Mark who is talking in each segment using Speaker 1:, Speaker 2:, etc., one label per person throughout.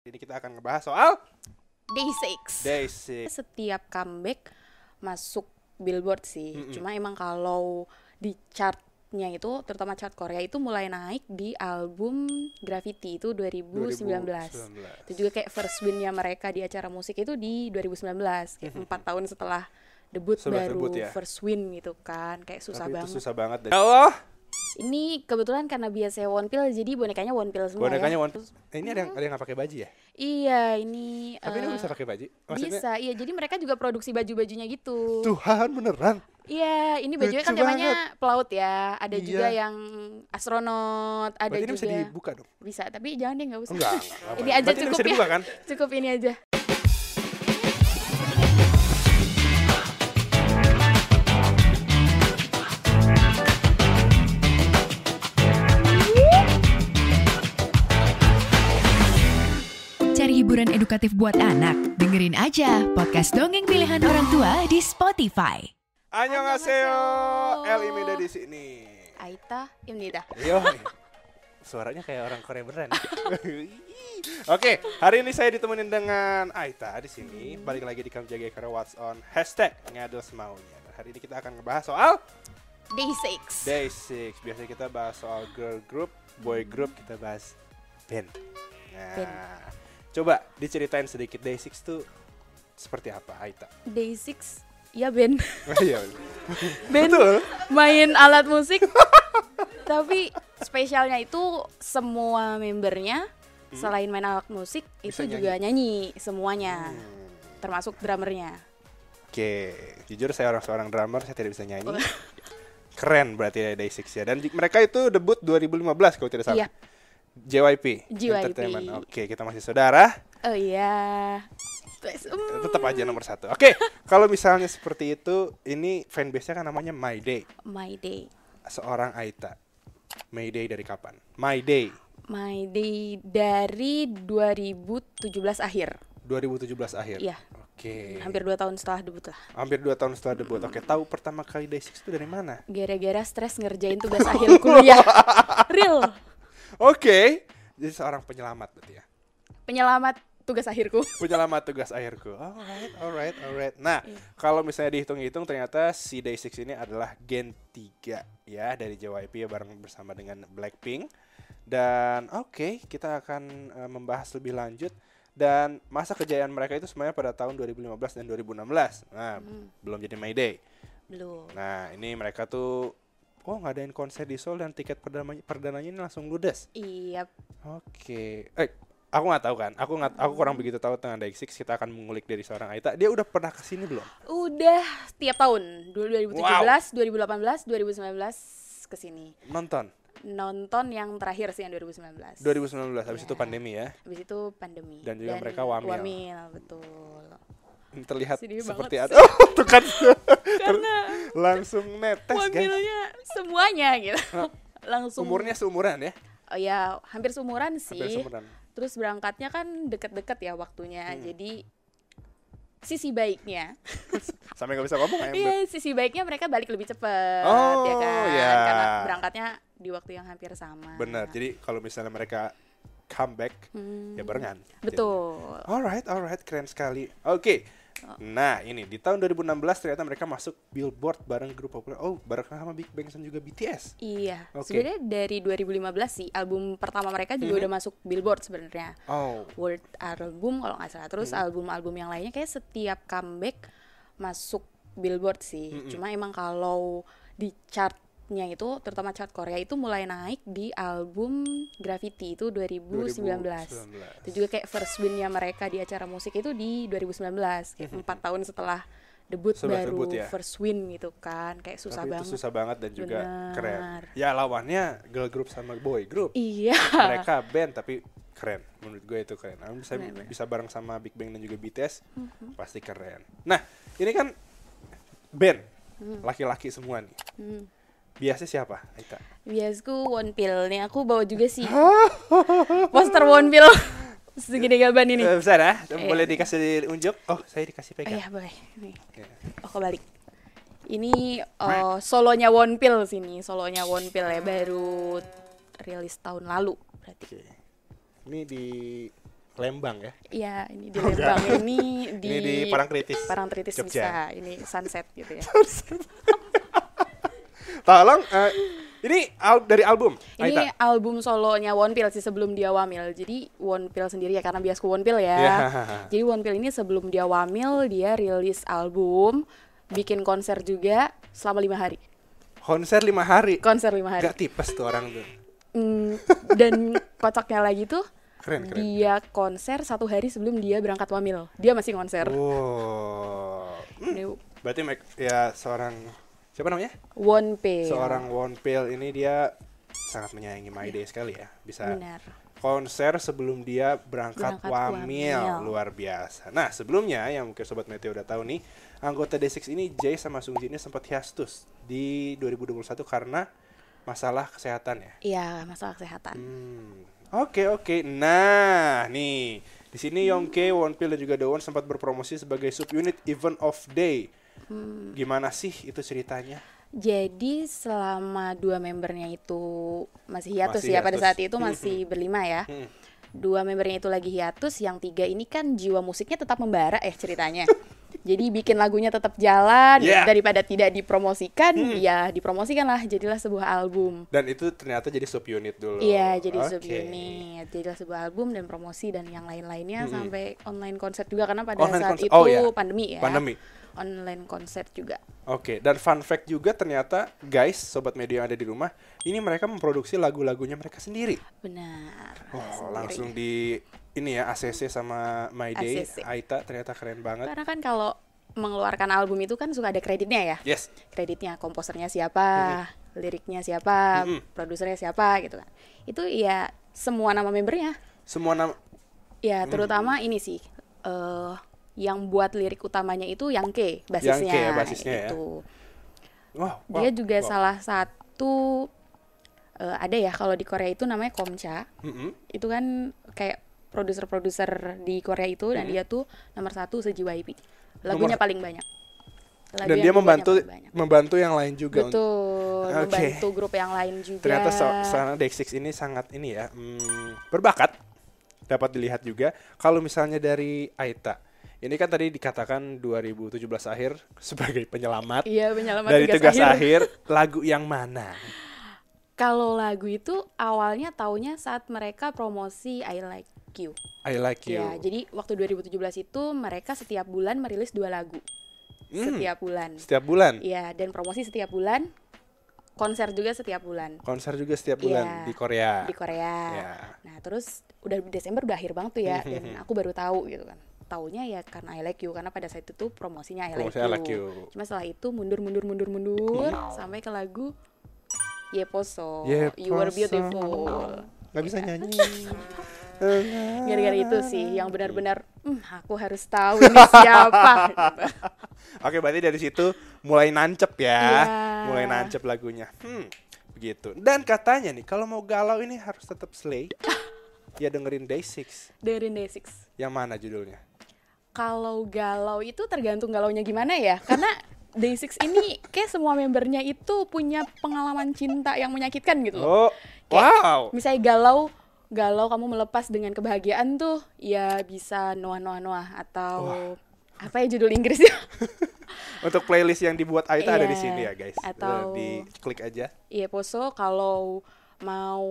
Speaker 1: Ini kita akan ngebahas soal
Speaker 2: Day 6
Speaker 1: day six.
Speaker 2: Setiap comeback masuk Billboard sih. Cuma emang kalau di chartnya itu, terutama chart Korea itu mulai naik di album Gravity itu 2019.
Speaker 1: 2019.
Speaker 2: Itu juga kayak first win-nya mereka di acara musik itu di 2019, kayak empat tahun setelah debut
Speaker 1: Setelah
Speaker 2: baru
Speaker 1: debut ya.
Speaker 2: first win gitu kan. Kayak susah
Speaker 1: Tapi itu
Speaker 2: banget.
Speaker 1: susah banget. deh. Ya Allah,
Speaker 2: Ini kebetulan karena biasanya Wonpil jadi bonekanya Wonpil semua
Speaker 1: bonekanya
Speaker 2: ya.
Speaker 1: one. Eh, ini ada yang ada yang nggak pakai baju ya?
Speaker 2: Iya, ini
Speaker 1: Tapi ini
Speaker 2: eh,
Speaker 1: bisa pakai baju. Maksudnya
Speaker 2: bisa. Iya, jadi mereka juga produksi baju-bajunya gitu.
Speaker 1: Tuhan beneran.
Speaker 2: Iya, ini bajunya kan
Speaker 1: Lucu
Speaker 2: temanya pelaut ya. Ada
Speaker 1: Iya.
Speaker 2: juga yang astronot, ada
Speaker 1: Berarti ini
Speaker 2: juga
Speaker 1: bisa dibuka dong.
Speaker 2: Bisa, tapi jangan deh nggak usah.
Speaker 1: Enggak, enggak, enggak
Speaker 2: ini
Speaker 1: apa-apa.
Speaker 2: aja
Speaker 1: Berarti ini
Speaker 2: cukup
Speaker 1: bisa
Speaker 2: ya.
Speaker 1: dibuka, kan?
Speaker 2: Cukup ini aja.
Speaker 3: Cari hiburan edukatif buat anak? Dengerin aja podcast dongeng pilihan orang tua di Spotify.
Speaker 1: Annyeonghaseyo.
Speaker 2: Annyeonghaseyo.
Speaker 1: El Imeda di sini.
Speaker 2: Aita, Imnida.
Speaker 1: Yo. Suaranya kayak orang Korea beneran. Oke, hari ini saya ditemenin dengan Aita di sini. Balik lagi di Kamu Jaga Korea What's on hashtag ngadu semaunya. Dan hari ini kita akan ngebahas soal
Speaker 2: Day 6.
Speaker 1: Day 6 Biasanya kita bahas soal girl group, boy group, kita bahas band Nah,
Speaker 2: Band.
Speaker 1: coba diceritain sedikit Day 6 tuh seperti apa Aita?
Speaker 2: Day 6. Iya, Ben.
Speaker 1: Iya,
Speaker 2: Ben
Speaker 1: betul.
Speaker 2: main alat musik. tapi spesialnya itu semua membernya selain main alat musik
Speaker 1: Hmm. Bisa Hmm.
Speaker 2: itu juga nyanyi semuanya. Termasuk drummernya.
Speaker 1: Oke, jujur saya orang seorang drummer, saya tidak bisa nyanyi. Keren berarti Day 6 ya. Dan di- mereka itu debut 2015 kalau tidak salah.
Speaker 2: Iya.
Speaker 1: JYP,
Speaker 2: JYP.
Speaker 1: Entertainment. Oke, kita masih saudara.
Speaker 2: Oh iya. Terus, mm,
Speaker 1: Tetap aja nomor satu. Oke, kalau misalnya seperti itu, ini fanbase-nya kan namanya My Day.
Speaker 2: my day.
Speaker 1: seorang Aita. My Day dari kapan? My Day
Speaker 2: My day dari 2017 akhir.
Speaker 1: 2017 akhir.
Speaker 2: Iya.
Speaker 1: Oke.
Speaker 2: Hampir 2 tahun setelah debut lah.
Speaker 1: Hampir dua tahun setelah debut. Oke, tahu pertama kali Day 6 itu dari mana?
Speaker 2: Gara-gara stres ngerjain tugas akhir kuliah. Real.
Speaker 1: Oke. Jadi seorang penyelamat berarti ya.
Speaker 2: Penyelamat tugas akhirku.
Speaker 1: Penyelamat tugas akhirku. Alright, alright, alright. Nah, kalau misalnya dihitung-hitung ternyata si Day 6 ini adalah Gen 3 ya dari JYP ya bareng bersama dengan Blackpink. Dan oke, kita akan eh, membahas lebih lanjut dan masa kejayaan mereka itu semuanya pada tahun 2015 dan 2016. Nah, belum jadi My Day.
Speaker 2: Belum.
Speaker 1: Nah, ini mereka tuh oh ngadain konser di Seoul dan tiket perdananya, perdananya ini langsung ludes.
Speaker 2: Iya.
Speaker 1: Oke. Eh, aku nggak tahu kan. Aku nggak, aku kurang begitu tahu tentang Day6. Kita akan mengulik dari seorang Aita. Dia udah pernah kesini belum?
Speaker 2: Udah tiap tahun. Dulu 2017, 2018, 2019 ke sini.
Speaker 1: Nonton
Speaker 2: Nonton yang terakhir sih yang
Speaker 1: 2019.
Speaker 2: 2019.
Speaker 1: Habis itu
Speaker 2: Iya.
Speaker 1: pandemi ya.
Speaker 2: Habis itu pandemi.
Speaker 1: Dan juga mereka wamil.
Speaker 2: betul.
Speaker 1: Terlihat
Speaker 2: Sedih banget
Speaker 1: seperti
Speaker 2: sih.
Speaker 1: ada. Oh, tuh kan.
Speaker 2: Karena
Speaker 1: langsung netes, guys.
Speaker 2: wamilnya semuanya gitu. Langsung
Speaker 1: Umurnya seumuran ya.
Speaker 2: Oh ya, hampir seumuran sih.
Speaker 1: Hampir seumuran.
Speaker 2: Terus berangkatnya kan deket-deket ya waktunya.
Speaker 1: Hmm.
Speaker 2: Jadi sisi baiknya,
Speaker 1: Sampai nggak bisa ngomong ya. Mbak?
Speaker 2: iya sisi baiknya mereka balik lebih cepat
Speaker 1: Oh,
Speaker 2: ya kan?
Speaker 1: ya.
Speaker 2: Karena berangkatnya di waktu yang hampir sama.
Speaker 1: Benar. Jadi kalau misalnya mereka comeback ya barengan.
Speaker 2: Hmm. Betul.
Speaker 1: Alright, alright, keren sekali. Oke. Nah, ini di tahun 2016 ternyata mereka masuk Billboard bareng grup populer. Oh, bareng sama Big Bang dan juga BTS.
Speaker 2: Iya,
Speaker 1: Oke. Hmm.
Speaker 2: sebenarnya dari 2015 sih album pertama mereka juga udah masuk Billboard sebenarnya.
Speaker 1: Oh.
Speaker 2: World album kalau nggak salah terus
Speaker 1: Hmm.
Speaker 2: album-album yang lainnya kayak setiap comeback masuk Billboard sih
Speaker 1: Hmm,
Speaker 2: cuma emang kalau di chartnya itu terutama chart Korea itu mulai naik di album Gravity itu 2019,
Speaker 1: 2019.
Speaker 2: itu juga kayak first win-nya mereka di acara musik itu di 2019
Speaker 1: Hmm,
Speaker 2: kayak empat tahun setelah debut
Speaker 1: Setelah
Speaker 2: baru
Speaker 1: debut ya.
Speaker 2: first win gitu kan kayak susah
Speaker 1: Tapi
Speaker 2: banget
Speaker 1: itu susah banget dan juga keren.
Speaker 2: Benar.
Speaker 1: Ya lawannya girl group sama boy group.
Speaker 2: iya
Speaker 1: Mereka band tapi keren. Menurut gue itu keren. Kalau bisa
Speaker 2: ya.
Speaker 1: bisa bareng sama Big Bang dan juga BTS
Speaker 2: Mhm.
Speaker 1: pasti keren. Nah, ini kan band
Speaker 2: Hmm.
Speaker 1: laki-laki semua nih. Biasanya siapa? Aita.
Speaker 2: biasku one pill nih aku bawa juga sih poster one pill segede gaban ini
Speaker 1: Eh, Bentar ya, boleh dikasih unjuk? Oh, saya dikasih
Speaker 2: Oh
Speaker 1: pegang.
Speaker 2: iya boleh. Nih.
Speaker 1: Oke.
Speaker 2: Oh kebalik. Ini eh, solonya Wonpil sini, solonya Wonpil ya baru rilis tahun lalu berarti.
Speaker 1: Oke. Ini di Lembang ya.
Speaker 2: Iya, ini di Lembang ini di
Speaker 1: Ini di Parangtritis.
Speaker 2: Parangtritis
Speaker 1: Jogja.
Speaker 2: bisa. Ini sunset gitu ya.
Speaker 1: Tolong eh, ini al- dari album.
Speaker 2: ini
Speaker 1: Aita.
Speaker 2: album solonya One Pill sih sebelum dia wamil. Jadi One Pill sendiri ya karena biasku One Pill ya.
Speaker 1: Iya.
Speaker 2: Jadi One Pill ini sebelum dia wamil dia rilis album, bikin konser juga selama lima hari.
Speaker 1: konser lima hari.
Speaker 2: Konser lima hari.
Speaker 1: Gak tipes tuh orang tuh.
Speaker 2: Mm, dan kocaknya lagi tuh
Speaker 1: Keren, keren.
Speaker 2: dia konser satu hari sebelum dia berangkat wamil. Dia masih konser.
Speaker 1: Oh. Wow. Hmm,
Speaker 2: Ini
Speaker 1: Berarti Mike, ya seorang siapa namanya?
Speaker 2: One Pill.
Speaker 1: Seorang One Pill ini dia sangat menyayangi My Day sekali ya. Bisa
Speaker 2: Benar.
Speaker 1: konser sebelum dia berangkat,
Speaker 2: Berangkat
Speaker 1: wamil.
Speaker 2: wamil.
Speaker 1: luar biasa. Nah sebelumnya yang mungkin sobat Meteo udah tahu nih anggota D6 ini Jay sama Sung Ji ini sempat hiatus di 2021 karena masalah kesehatan ya.
Speaker 2: Iya, masalah kesehatan.
Speaker 1: Hmm. Oke oke. Nah nih di sini
Speaker 2: Hmm.
Speaker 1: Yongke, Wonpil dan juga Dawon sempat berpromosi sebagai subunit Event of Day.
Speaker 2: Hmm.
Speaker 1: Gimana sih itu ceritanya?
Speaker 2: Jadi selama dua membernya itu masih hiatus
Speaker 1: Masih
Speaker 2: ya pada
Speaker 1: hiatus.
Speaker 2: saat itu masih berlima ya.
Speaker 1: Hmm.
Speaker 2: Dua membernya itu lagi hiatus, yang tiga ini kan jiwa musiknya tetap membara ya ceritanya. Jadi bikin lagunya tetap jalan
Speaker 1: Yeah. Hmm.
Speaker 2: daripada tidak dipromosikan, ya dipromosikan lah jadilah sebuah album.
Speaker 1: Dan itu ternyata jadi subunit dulu.
Speaker 2: Iya, jadi
Speaker 1: Oke.
Speaker 2: subunit, jadilah sebuah album dan promosi dan yang lain-lainnya sampai online konser juga karena pada
Speaker 1: Hmm, Online
Speaker 2: saat
Speaker 1: konser.
Speaker 2: itu
Speaker 1: Oh, iya.
Speaker 2: pandemi ya.
Speaker 1: Pandemi.
Speaker 2: Online konser juga.
Speaker 1: Oke, dan fun fact juga ternyata guys, sobat media yang ada di rumah, ini mereka memproduksi lagu-lagunya mereka sendiri.
Speaker 2: Benar.
Speaker 1: Oh,
Speaker 2: sendiri.
Speaker 1: langsung di ini ya ACC sama My Day,
Speaker 2: ACC.
Speaker 1: Aita ternyata keren banget.
Speaker 2: Karena kan kalau mengeluarkan album itu kan suka ada kreditnya ya.
Speaker 1: Yes.
Speaker 2: Kreditnya komposernya siapa,
Speaker 1: Mm-hmm.
Speaker 2: liriknya siapa,
Speaker 1: Mm-mm.
Speaker 2: produsernya siapa gitu kan. Itu ya semua nama membernya.
Speaker 1: Semua nama
Speaker 2: Ya
Speaker 1: Mm-hmm.
Speaker 2: terutama ini sih eh yang buat lirik utamanya itu yang K
Speaker 1: Yang
Speaker 2: basisnya.
Speaker 1: K ya, basisnya ya.
Speaker 2: itu.
Speaker 1: Wow, wow,
Speaker 2: Dia juga
Speaker 1: wow.
Speaker 2: salah satu eh, ada ya kalau di Korea itu namanya Komca.
Speaker 1: Mm-mm.
Speaker 2: Itu kan kayak produser-produser di Korea itu dan dia tuh nomor satu sejiwaip. Lagunya
Speaker 1: Hmm. Nomor-
Speaker 2: paling banyak. Lagu
Speaker 1: Dan dia
Speaker 2: yang dibuatnya
Speaker 1: membantu
Speaker 2: paling banyak.
Speaker 1: membantu yang lain juga untuk
Speaker 2: Betul,
Speaker 1: Oke.
Speaker 2: membantu grup yang lain juga.
Speaker 1: Ternyata so- sana Dexix ini sangat ini ya hmm, berbakat dapat dilihat juga kalau misalnya dari Aita. Ini kan tadi dikatakan 2017 akhir sebagai penyelamat
Speaker 2: Iya, penyelamat
Speaker 1: dari
Speaker 2: tugas,
Speaker 1: tugas akhir. lagu yang mana?
Speaker 2: Kalau lagu itu awalnya taunya saat mereka promosi I Like You.
Speaker 1: I Like You.
Speaker 2: Ya, jadi waktu 2017 itu mereka setiap bulan merilis dua lagu.
Speaker 1: Hmm,
Speaker 2: Setiap bulan.
Speaker 1: setiap bulan.
Speaker 2: Iya, dan promosi setiap bulan. Konser juga setiap bulan
Speaker 1: Konser juga setiap bulan
Speaker 2: Iya,
Speaker 1: di Korea.
Speaker 2: di Korea.
Speaker 1: Iya.
Speaker 2: Nah, terus udah Desember udah akhir banget tuh ya dan aku baru tahu gitu kan. Taunya ya karena I Like You karena pada saat itu tuh promosinya I Like,
Speaker 1: Promosi I Like You.
Speaker 2: Cuma setelah itu mundur mundur mundur mundur sampai ke lagu Yeposo,
Speaker 1: Yeposo.
Speaker 2: You Were Beautiful.
Speaker 1: Nggak bisa nyanyi.
Speaker 2: Iya. Gara-gara itu sih yang benar-benar "Hmm, aku harus tahu ini siapa. gitu.
Speaker 1: Oke, berarti dari situ mulai nancep ya.
Speaker 2: Iya.
Speaker 1: Mulai nancep lagunya. Hmm, begitu. Dan katanya nih kalau mau galau ini harus tetap slay. ya dengerin Day 6.
Speaker 2: Dari Day6.
Speaker 1: Yang mana judulnya?
Speaker 2: Kalau galau itu tergantung galaunya gimana ya. Karena Day6 ini kayak semua membernya itu punya pengalaman cinta yang menyakitkan gitu loh.
Speaker 1: Oh,
Speaker 2: Kayak
Speaker 1: wow.
Speaker 2: Misalnya galau galau kamu melepas dengan kebahagiaan tuh ya bisa noah noah noah atau apa ya judul Inggrisnya?
Speaker 1: Untuk playlist yang dibuat Aita ada di
Speaker 2: Iya,
Speaker 1: sini ya, guys.
Speaker 2: atau-
Speaker 1: di klik aja.
Speaker 2: Iya poso kalau mau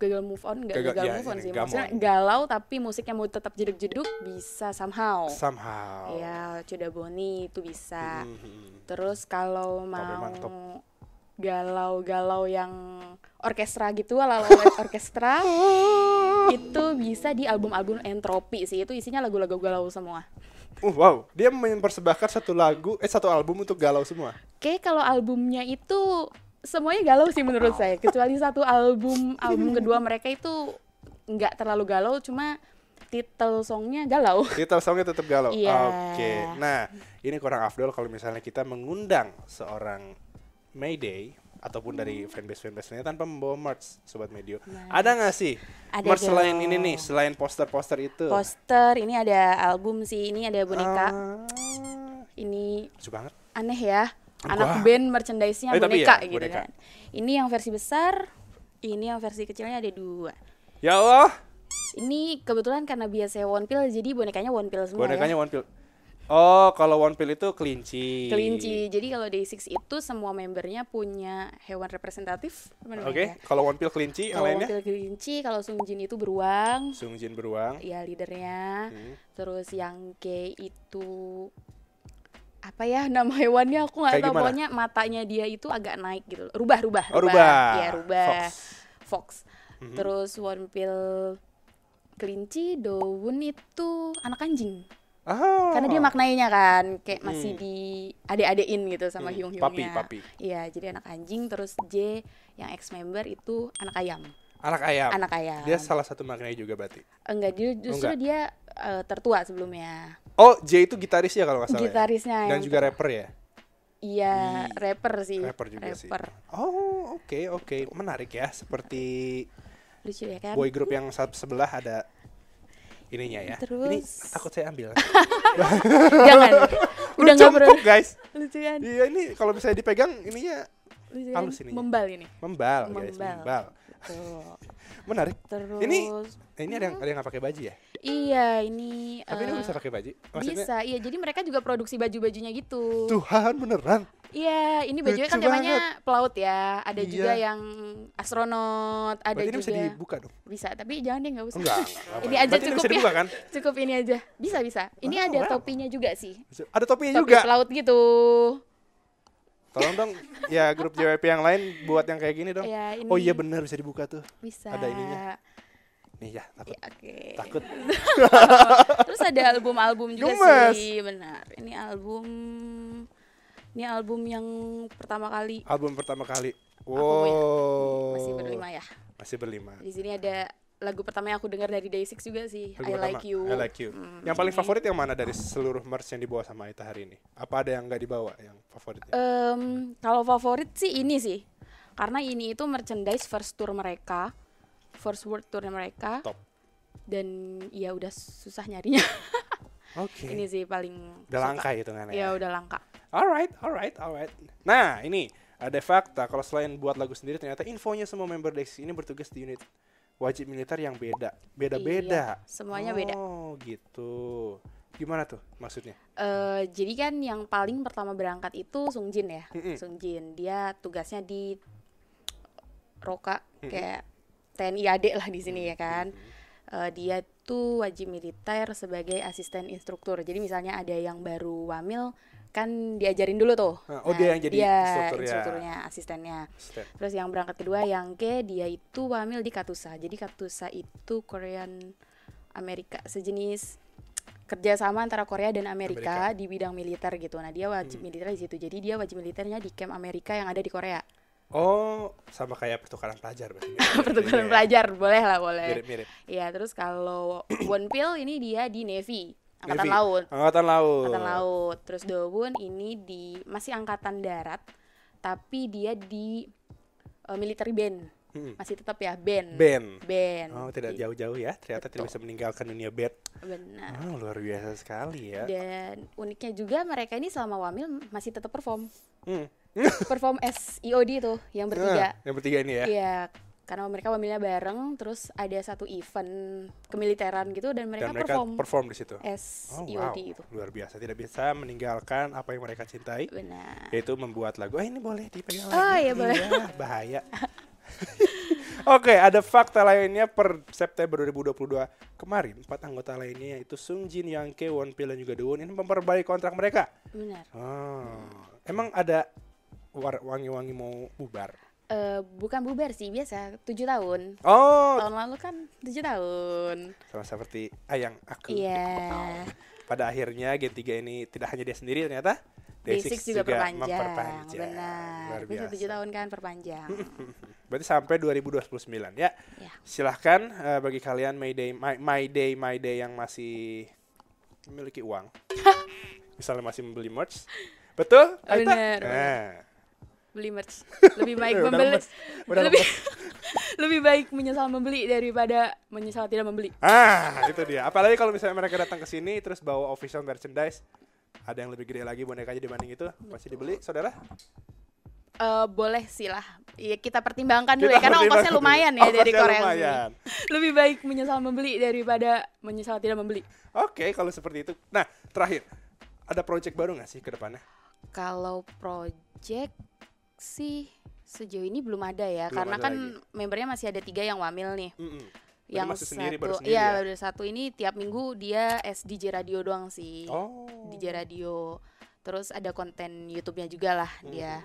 Speaker 2: gagal move on nggak
Speaker 1: Gagal-
Speaker 2: gagal,
Speaker 1: iya,
Speaker 2: move on
Speaker 1: ini,
Speaker 2: sih
Speaker 1: gamon.
Speaker 2: maksudnya galau tapi musiknya mau tetap jeduk-jeduk bisa somehow
Speaker 1: Somehow.
Speaker 2: ya Coda Boni itu bisa
Speaker 1: Mhm.
Speaker 2: terus kalau
Speaker 1: memang top.
Speaker 2: mau galau-galau yang orkestra gitu ala orkestra
Speaker 1: Uh,
Speaker 2: itu bisa di album-album entropi sih itu isinya lagu-lagu galau semua
Speaker 1: Uh, wow, dia mempersembahkan satu lagu, eh satu album untuk galau semua.
Speaker 2: Oke, kalau albumnya itu semuanya galau sih menurut saya, kecuali satu album album kedua mereka itu nggak terlalu galau, cuma title songnya galau.
Speaker 1: Title songnya tetap galau.
Speaker 2: Iya.
Speaker 1: Oke. Nah, ini kurang afdol kalau misalnya kita mengundang seorang Mayday ataupun dari
Speaker 2: Hmm.
Speaker 1: fanbase fanbase lainnya tanpa membawa merch sobat medio. Ada nggak sih
Speaker 2: Nah. Ada
Speaker 1: merch selain
Speaker 2: dong.
Speaker 1: ini nih, selain poster-poster itu?
Speaker 2: Poster ini ada album sih, ini ada boneka,
Speaker 1: Ah,
Speaker 2: ini
Speaker 1: lucu banget.
Speaker 2: aneh ya,
Speaker 1: Wah.
Speaker 2: anak band merchandise-nya
Speaker 1: Eh, tapi
Speaker 2: boneka
Speaker 1: ya,
Speaker 2: gitu
Speaker 1: boneka.
Speaker 2: kan. Ini yang versi besar, ini yang versi kecilnya ada dua.
Speaker 1: Ya Allah,
Speaker 2: Ini kebetulan karena biasanya One Pill jadi bonekanya One Pill semua
Speaker 1: Bonekanya
Speaker 2: ya.
Speaker 1: One Pill. Oh, kalau One Pill itu kelinci.
Speaker 2: Kelinci. Jadi kalau Day6 itu semua membernya punya hewan representatif. bener
Speaker 1: Oke,
Speaker 2: ya?
Speaker 1: kalau One Pill kelinci, yang
Speaker 2: Kalau One
Speaker 1: lainnya
Speaker 2: Pill kelinci, kalau Sungjin itu beruang,
Speaker 1: Sung Jin beruang.
Speaker 2: ya leadernya.
Speaker 1: Hmm.
Speaker 2: Terus yang K itu apa ya nama hewannya aku nggak
Speaker 1: Kayak
Speaker 2: tahu
Speaker 1: gimana?
Speaker 2: pokoknya matanya dia itu agak naik gitu loh. rubah rubah
Speaker 1: Oh, rubah.
Speaker 2: ya rubah
Speaker 1: Fox.
Speaker 2: Fox.
Speaker 1: Mhm.
Speaker 2: Terus one pill kelinci daun itu anak anjing.
Speaker 1: Ah.
Speaker 2: Karena dia maknainya kan kayak masih
Speaker 1: Hmm.
Speaker 2: di ade-adein gitu sama
Speaker 1: Hmm,
Speaker 2: hiung-hiungnya.
Speaker 1: Papi, papi.
Speaker 2: Iya, jadi anak anjing terus J yang ex member itu anak ayam.
Speaker 1: Anak ayam.
Speaker 2: Anak ayam.
Speaker 1: Dia salah satu maknanya juga berarti.
Speaker 2: Enggak, dia justru
Speaker 1: Enggak.
Speaker 2: dia eh, tertua sebelumnya.
Speaker 1: Oh, J itu gitaris ya kalau nak salah. ya?
Speaker 2: Gitarisnya
Speaker 1: Dan
Speaker 2: yang
Speaker 1: juga rapper ya.
Speaker 2: Iya,
Speaker 1: Di-
Speaker 2: rapper sih.
Speaker 1: Rapper juga sih.
Speaker 2: Rapper.
Speaker 1: Oh, oke oke, menarik ya. Seperti
Speaker 2: Lucu ya kan?
Speaker 1: boy group yang sa- sebelah ada ininya ya. Ini
Speaker 2: Terus-
Speaker 1: takut saya ambil.
Speaker 2: Jangan. Udah nggak
Speaker 1: Cumpuk,
Speaker 2: ber-
Speaker 1: guys.
Speaker 2: Lucu kan?
Speaker 1: Iya ini kalau misalnya dipegang ininya
Speaker 2: Lucu kan?
Speaker 1: Halus ininya.
Speaker 2: Membal ini.
Speaker 1: membal, guys,
Speaker 2: Membal.
Speaker 1: membal.
Speaker 2: Tuh.
Speaker 1: Menarik.
Speaker 2: Terus
Speaker 1: Ini- Eh, ini ada yang ada yang nggak pakai baju ya?
Speaker 2: Iya, ini
Speaker 1: Tapi ini
Speaker 2: eh,
Speaker 1: bisa pakai baju. Maksudnya
Speaker 2: bisa. Iya, jadi mereka juga produksi baju-bajunya gitu.
Speaker 1: Tuhan beneran.
Speaker 2: Iya, ini bajunya
Speaker 1: Lucu
Speaker 2: kan temanya pelaut ya. Ada
Speaker 1: Iya.
Speaker 2: juga yang astronot, ada
Speaker 1: Berarti ini
Speaker 2: juga
Speaker 1: bisa dibuka dong.
Speaker 2: Bisa, tapi jangan deh nggak usah.
Speaker 1: Enggak, enggak apa-apa.
Speaker 2: Ini aja
Speaker 1: Berarti
Speaker 2: cukup
Speaker 1: bisa
Speaker 2: ya.
Speaker 1: dibuka kan?
Speaker 2: Cukup ini aja. Bisa, bisa. Ini
Speaker 1: Wow,
Speaker 2: ada
Speaker 1: wow.
Speaker 2: topinya juga sih.
Speaker 1: Ada topinya
Speaker 2: Topi
Speaker 1: juga.
Speaker 2: pelaut gitu.
Speaker 1: Tolong dong ya grup JWP yang lain buat yang kayak gini dong.
Speaker 2: Ya, ini
Speaker 1: Oh iya benar bisa dibuka tuh.
Speaker 2: bisa.
Speaker 1: Ada ininya. Nih ya, takut.
Speaker 2: Ya, oke.
Speaker 1: Takut.
Speaker 2: Terus ada album-album juga
Speaker 1: Gemes.
Speaker 2: sih, benar. Ini album ini album yang pertama kali
Speaker 1: Album pertama kali.
Speaker 2: Album ya.
Speaker 1: Wow.
Speaker 2: masih berlima ya.
Speaker 1: Masih berlima.
Speaker 2: Di sini ada lagu pertama yang aku dengar dari Day6 juga sih,
Speaker 1: Lagu
Speaker 2: I
Speaker 1: pertama,
Speaker 2: Like You.
Speaker 1: I like you.
Speaker 2: Hmm,
Speaker 1: yang paling
Speaker 2: ini.
Speaker 1: favorit yang mana dari seluruh merch yang dibawa sama Aita hari ini? Apa ada yang nggak dibawa yang
Speaker 2: Eh,
Speaker 1: favoritnya?
Speaker 2: Em, kalau favorit sih ini sih. Karena ini itu merchandise first tour mereka. First world tour mereka
Speaker 1: Top.
Speaker 2: dan ya udah susah nyarinya.
Speaker 1: Oke.
Speaker 2: ini sih paling
Speaker 1: Iya. Udah
Speaker 2: suka.
Speaker 1: langka hitungannya.
Speaker 2: Ya udah langka.
Speaker 1: Alright, alright, alright. Nah, ini ada fakta kalau selain buat lagu sendiri ternyata infonya semua member Dexys ini bertugas di unit wajib militer yang beda. Beda-beda.
Speaker 2: Iya, semuanya beda.
Speaker 1: Oh, gitu. Gimana tuh maksudnya?
Speaker 2: Eh, jadi kan yang paling pertama berangkat itu Sungjin ya.
Speaker 1: Mm-mm.
Speaker 2: Sungjin dia tugasnya di Roka
Speaker 1: Mm-mm.
Speaker 2: kayak TNI AD lah di sini ya kan. Eh, dia tuh wajib militer sebagai asisten instruktur. Jadi misalnya ada yang baru wamil kan diajarin dulu tuh. Nah,
Speaker 1: Ah, oh, dia yang jadi instruktur ya.
Speaker 2: instrukturnya, asistennya.
Speaker 1: Step.
Speaker 2: Terus yang berangkat kedua yang ke dia itu wamil di Katusa. Jadi Katusa itu Korean Amerika sejenis kerjasama antara Korea dan Amerika, di bidang militer gitu. Nah dia wajib
Speaker 1: Hmm.
Speaker 2: militer di situ. Jadi dia wajib militernya di camp Amerika yang ada di Korea.
Speaker 1: Oh, sama kayak pertukaran pelajar berarti.
Speaker 2: Pertukaran
Speaker 1: Iya,
Speaker 2: pelajar boleh lah boleh.
Speaker 1: Mirip-mirip.
Speaker 2: Iya terus kalau One Pill ini dia di Navy angkatan
Speaker 1: Navy. Oh.
Speaker 2: laut.
Speaker 1: Angkatan laut.
Speaker 2: Angkatan laut. Terus Dowon ini di masih angkatan darat tapi dia di eh, military band.
Speaker 1: Mm-mm.
Speaker 2: Masih tetap ya band.
Speaker 1: Band.
Speaker 2: Band.
Speaker 1: Hmm. Oh, tidak
Speaker 2: Di-
Speaker 1: jauh-jauh ya. Ternyata tidak
Speaker 2: Iya. Betul. Ah.
Speaker 1: bisa meninggalkan dunia bed.
Speaker 2: Benar.
Speaker 1: Oh, luar biasa sekali
Speaker 2: Iya.
Speaker 1: ya.
Speaker 2: Dan uniknya juga mereka ini selama wamil masih tetap perform.
Speaker 1: Hmm.
Speaker 2: Perform SIOD itu yang
Speaker 1: Ah,
Speaker 2: bertiga.
Speaker 1: yang bertiga ini ya.
Speaker 2: Iya, karena mereka wamilnya bareng terus ada satu event kemiliteran gitu dan
Speaker 1: Dan
Speaker 2: mereka,
Speaker 1: mereka
Speaker 2: perform Iya.
Speaker 1: perform di situ. Oh,
Speaker 2: SIOD
Speaker 1: wow.
Speaker 2: itu.
Speaker 1: Luar biasa, tidak bisa meninggalkan apa yang mereka cintai,
Speaker 2: Benar.
Speaker 1: yaitu membuat lagu. Ah, ini boleh dipegang lagi.
Speaker 2: Oh, iya, boleh.
Speaker 1: Iya, bahaya. Oke, ada fakta lainnya per September 2022 kemarin, empat anggota lainnya yaitu Sung Jin, Yang Ke, Won Pil dan juga Doon ini memperbaiki kontrak mereka.
Speaker 2: Benar. Hmm.
Speaker 1: Oh, emang ada war- wangi-wangi mau bubar?
Speaker 2: Eh, bukan bubar sih biasa 7 tahun.
Speaker 1: Oh,
Speaker 2: Tahun lalu kan 7 tahun.
Speaker 1: sama seperti ayang aku.
Speaker 2: Iya.
Speaker 1: Pada akhirnya Gen 3 ini tidak hanya dia sendiri ternyata
Speaker 2: Day6 juga, perpanjang.
Speaker 1: memperpanjang.
Speaker 2: Benar.
Speaker 1: Luar
Speaker 2: Bisa
Speaker 1: biasa.
Speaker 2: 7 tahun kan perpanjang.
Speaker 1: Berarti sampai 2029 ya.
Speaker 2: ya.
Speaker 1: Silahkan eh, bagi kalian my day my, my day my day yang masih memiliki uang. Misalnya masih membeli merch. Betul? Aita?
Speaker 2: Bener, bener.
Speaker 1: Nah,
Speaker 2: Beli merch. Lebih baik
Speaker 1: Eh, udah
Speaker 2: membeli.
Speaker 1: lemes. Udah
Speaker 2: lebih lebih baik menyesal membeli daripada menyesal tidak membeli.
Speaker 1: Ah, itu dia. Apalagi kalau misalnya mereka datang ke sini terus bawa official merchandise, ada yang lebih gede lagi bonekanya dibanding itu, pasti dibeli, saudara?
Speaker 2: eh, boleh sih lah. Ya, kita pertimbangkan dulu
Speaker 1: Kita
Speaker 2: ya, karena ongkosnya
Speaker 1: pertimbangkan.
Speaker 2: lumayan ya dari
Speaker 1: Ongkosnya
Speaker 2: Korea sendiri.
Speaker 1: lumayan.
Speaker 2: Lebih baik menyesal membeli daripada menyesal tidak membeli.
Speaker 1: Oke, kalau seperti itu. Nah, terakhir, ada project baru nggak sih ke depannya?
Speaker 2: Kalau project sih sejauh ini belum ada ya,
Speaker 1: Belum
Speaker 2: karena
Speaker 1: ada
Speaker 2: kan membernya masih ada tiga yang wamil nih.
Speaker 1: Mm-mm. Berarti
Speaker 2: yang
Speaker 1: masih sendiri,
Speaker 2: satu,
Speaker 1: baru sendiri
Speaker 2: iya,
Speaker 1: ya?
Speaker 2: baru satu ini tiap minggu dia SDJ radio doang sih.
Speaker 1: Oh.
Speaker 2: DJ radio. Terus ada konten YouTube-nya juga lah dia.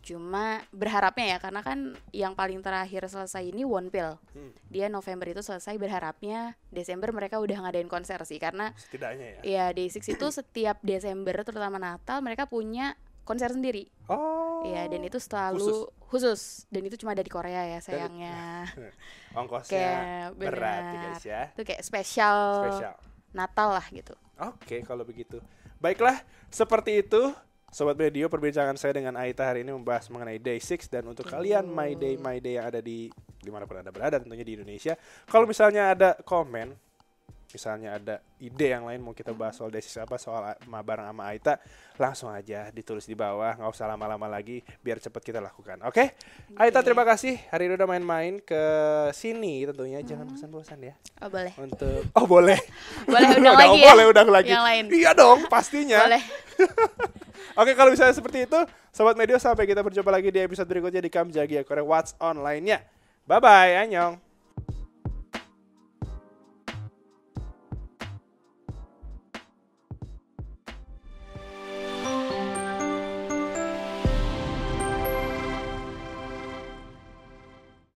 Speaker 2: Cuma berharapnya ya karena kan yang paling terakhir selesai ini One Pill.
Speaker 1: Hmm.
Speaker 2: Dia November itu selesai berharapnya Desember mereka udah ngadain konser sih karena
Speaker 1: Setidaknya ya.
Speaker 2: ya Day6 itu setiap Desember terutama Natal mereka punya konser sendiri.
Speaker 1: Oh.
Speaker 2: Ya dan itu selalu khusus. dan itu cuma ada di Korea ya sayangnya.
Speaker 1: Ongkosnya
Speaker 2: Kayak
Speaker 1: berat ya
Speaker 2: benar.
Speaker 1: guys ya.
Speaker 2: Itu kayak spesial,
Speaker 1: Spesial.
Speaker 2: Natal lah gitu.
Speaker 1: Oke, kalau begitu. Baiklah, seperti itu. Sobat Radio, perbincangan saya dengan Aita hari ini membahas mengenai Day 6 dan untuk kalian My Day My Day yang ada di dimanapun anda berada tentunya di Indonesia. Kalau misalnya ada komen, misalnya ada ide yang lain mau kita bahas soal Day 6 apa soal a- ma- barang sama Aita, langsung aja ditulis di bawah, nggak usah lama-lama lagi, biar cepat kita lakukan. Oke, Aita terima kasih hari ini udah main-main ke sini tentunya, jangan bosan-bosan ya
Speaker 2: Oh boleh.
Speaker 1: untuk oh boleh
Speaker 2: Boleh udang lagi ya?
Speaker 1: boleh udang lagi
Speaker 2: Yang lain.
Speaker 1: iya dong pastinya
Speaker 2: Boleh.
Speaker 1: oke kalau misalnya seperti itu sobat media sampai kita berjumpa lagi di episode berikutnya di Kamjagia Korea What's Online nya bye bye anyong